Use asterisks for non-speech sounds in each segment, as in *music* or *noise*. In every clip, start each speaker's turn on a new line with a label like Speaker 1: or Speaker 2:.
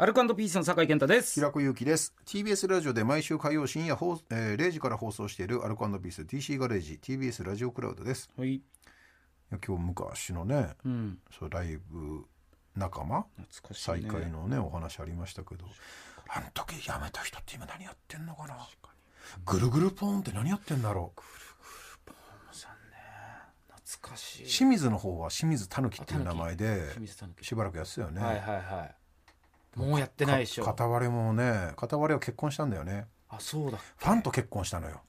Speaker 1: アルコピースの酒井健太です。
Speaker 2: 平子祐希です TBS ラジオで毎週火曜深夜放、えー0時から放送しているアルコピース DC ガレージ TBS ラジオクラウドです
Speaker 1: はい。
Speaker 2: いや今日昔のね
Speaker 1: うん。
Speaker 2: そうライブ仲間
Speaker 1: 懐かしい
Speaker 2: 再
Speaker 1: ね。
Speaker 2: 会のねお話ありましたけどあの時やめた人って今何やってんのかなぐるぐるポーンって何やってんだろう
Speaker 1: さんね。懐かしい。
Speaker 2: 清水の方は清水たぬきっていう名前で
Speaker 1: 清水さんの曲
Speaker 2: しばらくやってたよね、
Speaker 1: はいはいはい。もうやってないでしょ。
Speaker 2: 片割れもね片割れは結婚したんだよね
Speaker 1: あ、そうだ。
Speaker 2: ファンと結婚したのよ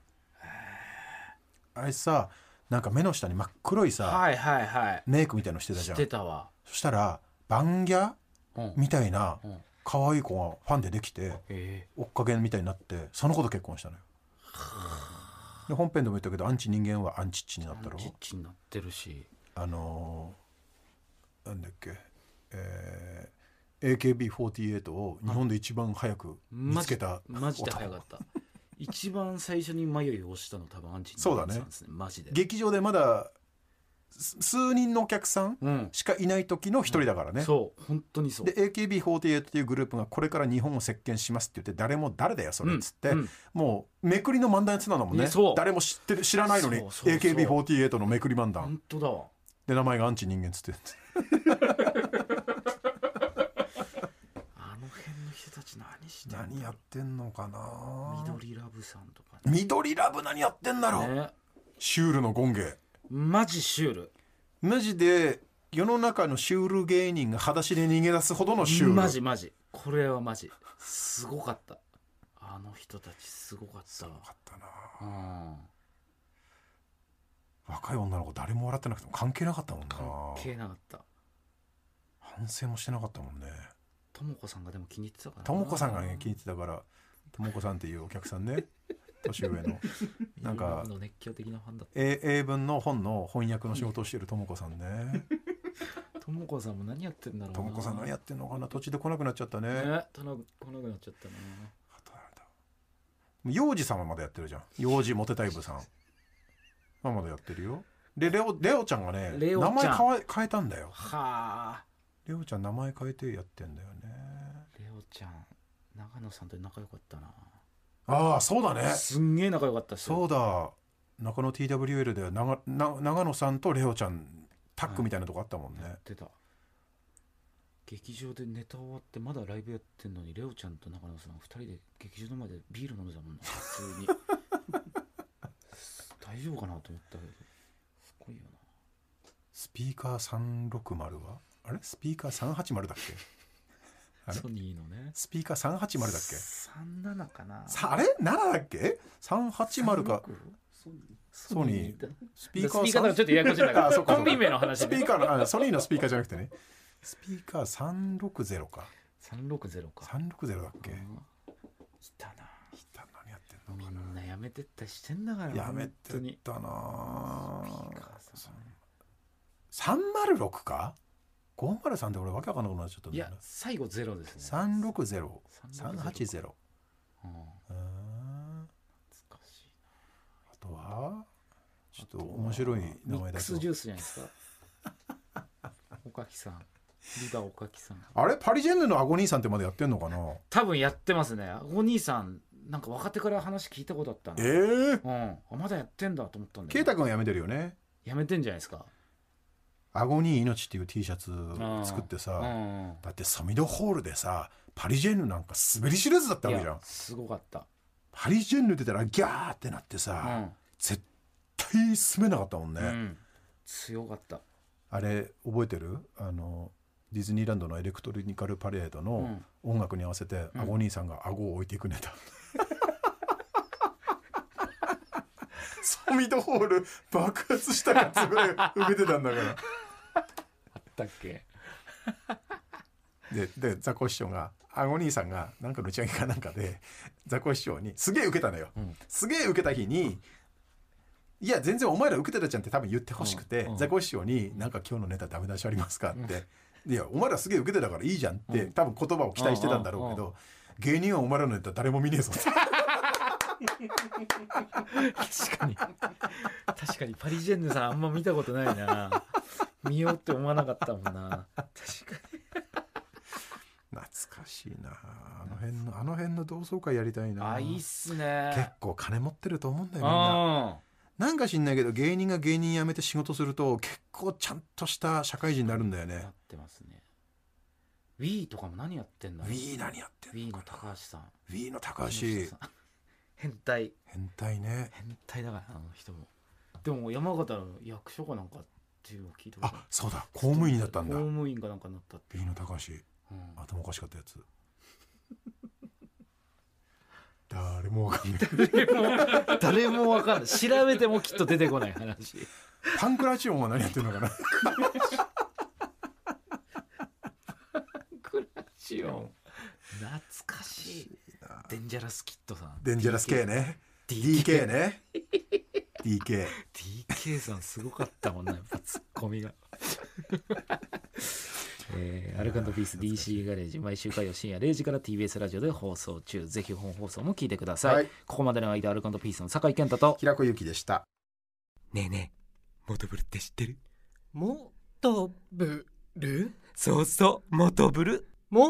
Speaker 2: あいつさなんか目の下に真っ黒いさ、
Speaker 1: はいはいはい。
Speaker 2: メイクみたいのしてたじ
Speaker 1: 知
Speaker 2: ゃ
Speaker 1: っ
Speaker 2: ん
Speaker 1: てたわ。
Speaker 2: そしたらバンギャ
Speaker 1: うん。うん、
Speaker 2: みたいな可愛い子がファンでできて
Speaker 1: え
Speaker 2: 追っかけみたいになってその子と結婚したのよで本編でも言ったけどアンチ人間はアンチッチになった
Speaker 1: ー、
Speaker 2: ろ
Speaker 1: ちっちになってるし。
Speaker 2: あのーなんだっけえー AKB48 を日本で一番早く見つけた
Speaker 1: マジで
Speaker 2: 男
Speaker 1: 早かった。一番最初に迷いを押したの多分アンチ
Speaker 2: そうだね
Speaker 1: さんですね。マジで。
Speaker 2: 劇場でまだす数人のお客さん
Speaker 1: うん。
Speaker 2: しかいない時の一人だからね、
Speaker 1: そう。本当にそう。
Speaker 2: で AKB48 っていうグループがこれから日本を席巻しますって言って誰も誰だよそれっつって、
Speaker 1: うんうん
Speaker 2: もうめくりの漫談やつなのもんね
Speaker 1: ねそう
Speaker 2: 誰も知ってる知らないの
Speaker 1: そ
Speaker 2: に
Speaker 1: うそうそう
Speaker 2: AKB48 のめくり漫談
Speaker 1: 本当だわ。
Speaker 2: で名前がアンチ人間っつって
Speaker 1: あの辺の人たち *laughs* 何してんの
Speaker 2: 何やってんのかな
Speaker 1: 緑ラブさんとか
Speaker 2: 緑ラブ何やってんだろう、
Speaker 1: ね。ね
Speaker 2: シュールの権芸
Speaker 1: マジシュール。
Speaker 2: マジで世の中のシュール芸人が裸足で逃げ出すほどのシュール
Speaker 1: マジマジこれはマジすごかったあの人たちすごかった
Speaker 2: よかったな
Speaker 1: うん
Speaker 2: 若い女の子誰も笑ってなくても関係なかったもんな
Speaker 1: 関係なかった
Speaker 2: 反省もしてなかったもんね
Speaker 1: ともこさんがでも気に入ってたからな
Speaker 2: ともこさんがね聞いてたからともこさんっていうお客さんね *laughs* 年上のなんか
Speaker 1: 日本の熱狂的なファンだっ
Speaker 2: 英英文の本の翻訳の仕事をしてるともこさん
Speaker 1: *laughs*
Speaker 2: ね
Speaker 1: たともこさんも何やってんだろうな
Speaker 2: ともこさん何やってんのかな途中で来なくなっちゃったね
Speaker 1: ねとな来なくなっちゃったな
Speaker 2: 幼児様まだやってるじゃん幼児モテタイプさんまあまだやってるよでレオレオちゃんがね
Speaker 1: レオちゃ
Speaker 2: 名
Speaker 1: ん
Speaker 2: 前変え変えたんだよ
Speaker 1: はあ
Speaker 2: レオちゃん名前変えてやってんだよね
Speaker 1: レオちゃん長野さんと仲良かったな
Speaker 2: ああそうだね
Speaker 1: すんげえ仲良かったっすよ
Speaker 2: そうだ中野 TWL では長な長野さんとレオちゃんタッグみたいなとこあったもんね、
Speaker 1: やってた劇場でネタ終わってまだライブやってんのにレオちゃんと中野さん2人で劇場の前でビール飲んでたもんな普通に *laughs* 大丈夫かなと思ったけどすごいよ
Speaker 2: スピーカー360はあれスピーカー380だっけあ
Speaker 1: な
Speaker 2: れ
Speaker 1: ソニーのね
Speaker 2: スピーカー380だっけ
Speaker 1: 37かな
Speaker 2: さあれ7だっけ ?380 か
Speaker 1: ソニー
Speaker 2: ソ
Speaker 1: だ
Speaker 2: ス
Speaker 1: ス
Speaker 2: ピ
Speaker 1: ピー
Speaker 2: ーカ
Speaker 1: カ
Speaker 2: ー
Speaker 1: ー
Speaker 2: さん
Speaker 1: がちょっとややこしいんだ
Speaker 2: あ
Speaker 1: けど
Speaker 2: そっかそっか
Speaker 1: コンビ名の話
Speaker 2: スピ
Speaker 1: で
Speaker 2: ーカーのあソニーのスピーカーじゃなくてねスピーカー360か
Speaker 1: 360か
Speaker 2: 360だっけ
Speaker 1: うん来たな
Speaker 2: 来た何やってんの
Speaker 1: みんなやめてったりしてんだから
Speaker 2: やめ
Speaker 1: 本当
Speaker 2: て
Speaker 1: に
Speaker 2: たなあ
Speaker 1: スピーカーさん
Speaker 2: 306か503で俺わけわかんなくなっちゃったん
Speaker 1: い
Speaker 2: だよ
Speaker 1: や
Speaker 2: な
Speaker 1: 最後ゼロですね
Speaker 2: 360380
Speaker 1: 380
Speaker 2: う
Speaker 1: うん
Speaker 2: ーん
Speaker 1: 懐かしい
Speaker 2: あとはちょっと面白い名
Speaker 1: ミ
Speaker 2: 前
Speaker 1: ッ
Speaker 2: だ
Speaker 1: ク
Speaker 2: と
Speaker 1: スジュースじゃないですか *laughs* おかきさんリバおかきさん
Speaker 2: あれパリジェンヌのアゴ兄さんってまだやってんのかな
Speaker 1: 多分やってますねお兄さんなんか若手から話聞いたことあったな
Speaker 2: ええ
Speaker 1: うん
Speaker 2: ー、
Speaker 1: あまだやってんだと思ったんだ
Speaker 2: 圭
Speaker 1: よ
Speaker 2: 太
Speaker 1: ね
Speaker 2: 君はやめてるよね
Speaker 1: やめてんじゃないですか
Speaker 2: アゴニー命っていう T シャツ作ってさ、
Speaker 1: うん
Speaker 2: だってソミドホールでさパリジェンヌなんか滑り知らずだったわけ
Speaker 1: い
Speaker 2: じゃん
Speaker 1: やすごかった
Speaker 2: パリジェンヌ出たらギャーってなって
Speaker 1: う
Speaker 2: さ、
Speaker 1: ん
Speaker 2: 絶対滑んなかったもんね、
Speaker 1: うん強かった
Speaker 2: あれ覚えてるあのディズニーランドのエレクトロニカルパレードの音楽に合わせて、
Speaker 1: うん
Speaker 2: アゴ兄さんが顎を置いていくネタ、 *laughs* ソミドホール爆発したやつぐらい受けてたんだから
Speaker 1: あったっけ
Speaker 2: ででザコシショウがあお兄さんがなんかの打ち上げかなんかでザコシショウにすげえ受けたのよ、
Speaker 1: うん
Speaker 2: すげえ受けた日に「いや全然お前ら受けてたじゃん」って多分言ってほしくて、
Speaker 1: うんうん
Speaker 2: ザコシショウに「なんか今日のネタダメ出しありますか?」って「いやお前らすげえ受けてたからいいじゃん」って、多分言葉を期待してたんだろうけど、
Speaker 1: う
Speaker 2: 芸人はお前らのネタ誰も見ねえぞって
Speaker 1: 確かに確かにパリジェンヌさんあんま見たことないな見ようって思わなかったもんな確か
Speaker 2: *laughs* 懐かしいなあの辺のあの辺の同窓会やりたいな
Speaker 1: あいいっす
Speaker 2: 結
Speaker 1: ね
Speaker 2: 構金持ってると思うんだよみんな
Speaker 1: あ
Speaker 2: なんか知んないけど芸人が芸人辞めて仕事すると結構ちゃんとした社会人になるんだよ
Speaker 1: あ
Speaker 2: ね
Speaker 1: なってますね Wii とかも何やってんだ
Speaker 2: Wii 何やってん
Speaker 1: Wii
Speaker 2: の
Speaker 1: の
Speaker 2: か
Speaker 1: 高橋さん
Speaker 2: Wii の高橋
Speaker 1: 木下さん変態
Speaker 2: 変態ね
Speaker 1: 変態だからあの人もでも山形の役所かなんかっていうのを聞いたこと
Speaker 2: あそうだ公務員だったんだ
Speaker 1: 公務員かなんかになったって、
Speaker 2: Wii の高橋
Speaker 1: うん
Speaker 2: 頭おかしかったやつ *laughs* 誰もわかんない
Speaker 1: 誰もわかんない調べてもきっと出てこない話
Speaker 2: パンクラチオンは何やってんのか *laughs* な
Speaker 1: クラシオン懐かしいデンジャラスキッドさん
Speaker 2: デンジャラス K ね
Speaker 1: DK
Speaker 2: DK ね DK
Speaker 1: DK さんすごかったもんな、やっぱツッコ
Speaker 2: *laughs*
Speaker 1: ミが。えー、アルカンドピース DC ガレージ毎週火曜深夜0時から TBS ラジオで放送中ぜひ本放送も聞いてください、
Speaker 2: はい
Speaker 1: ここまでの間アルカンドピースの酒井健太と
Speaker 2: 平子ゆきでした
Speaker 3: ねえねえ、モトブルって知ってる
Speaker 4: もとぶる
Speaker 3: そうそう、モトブル。
Speaker 4: も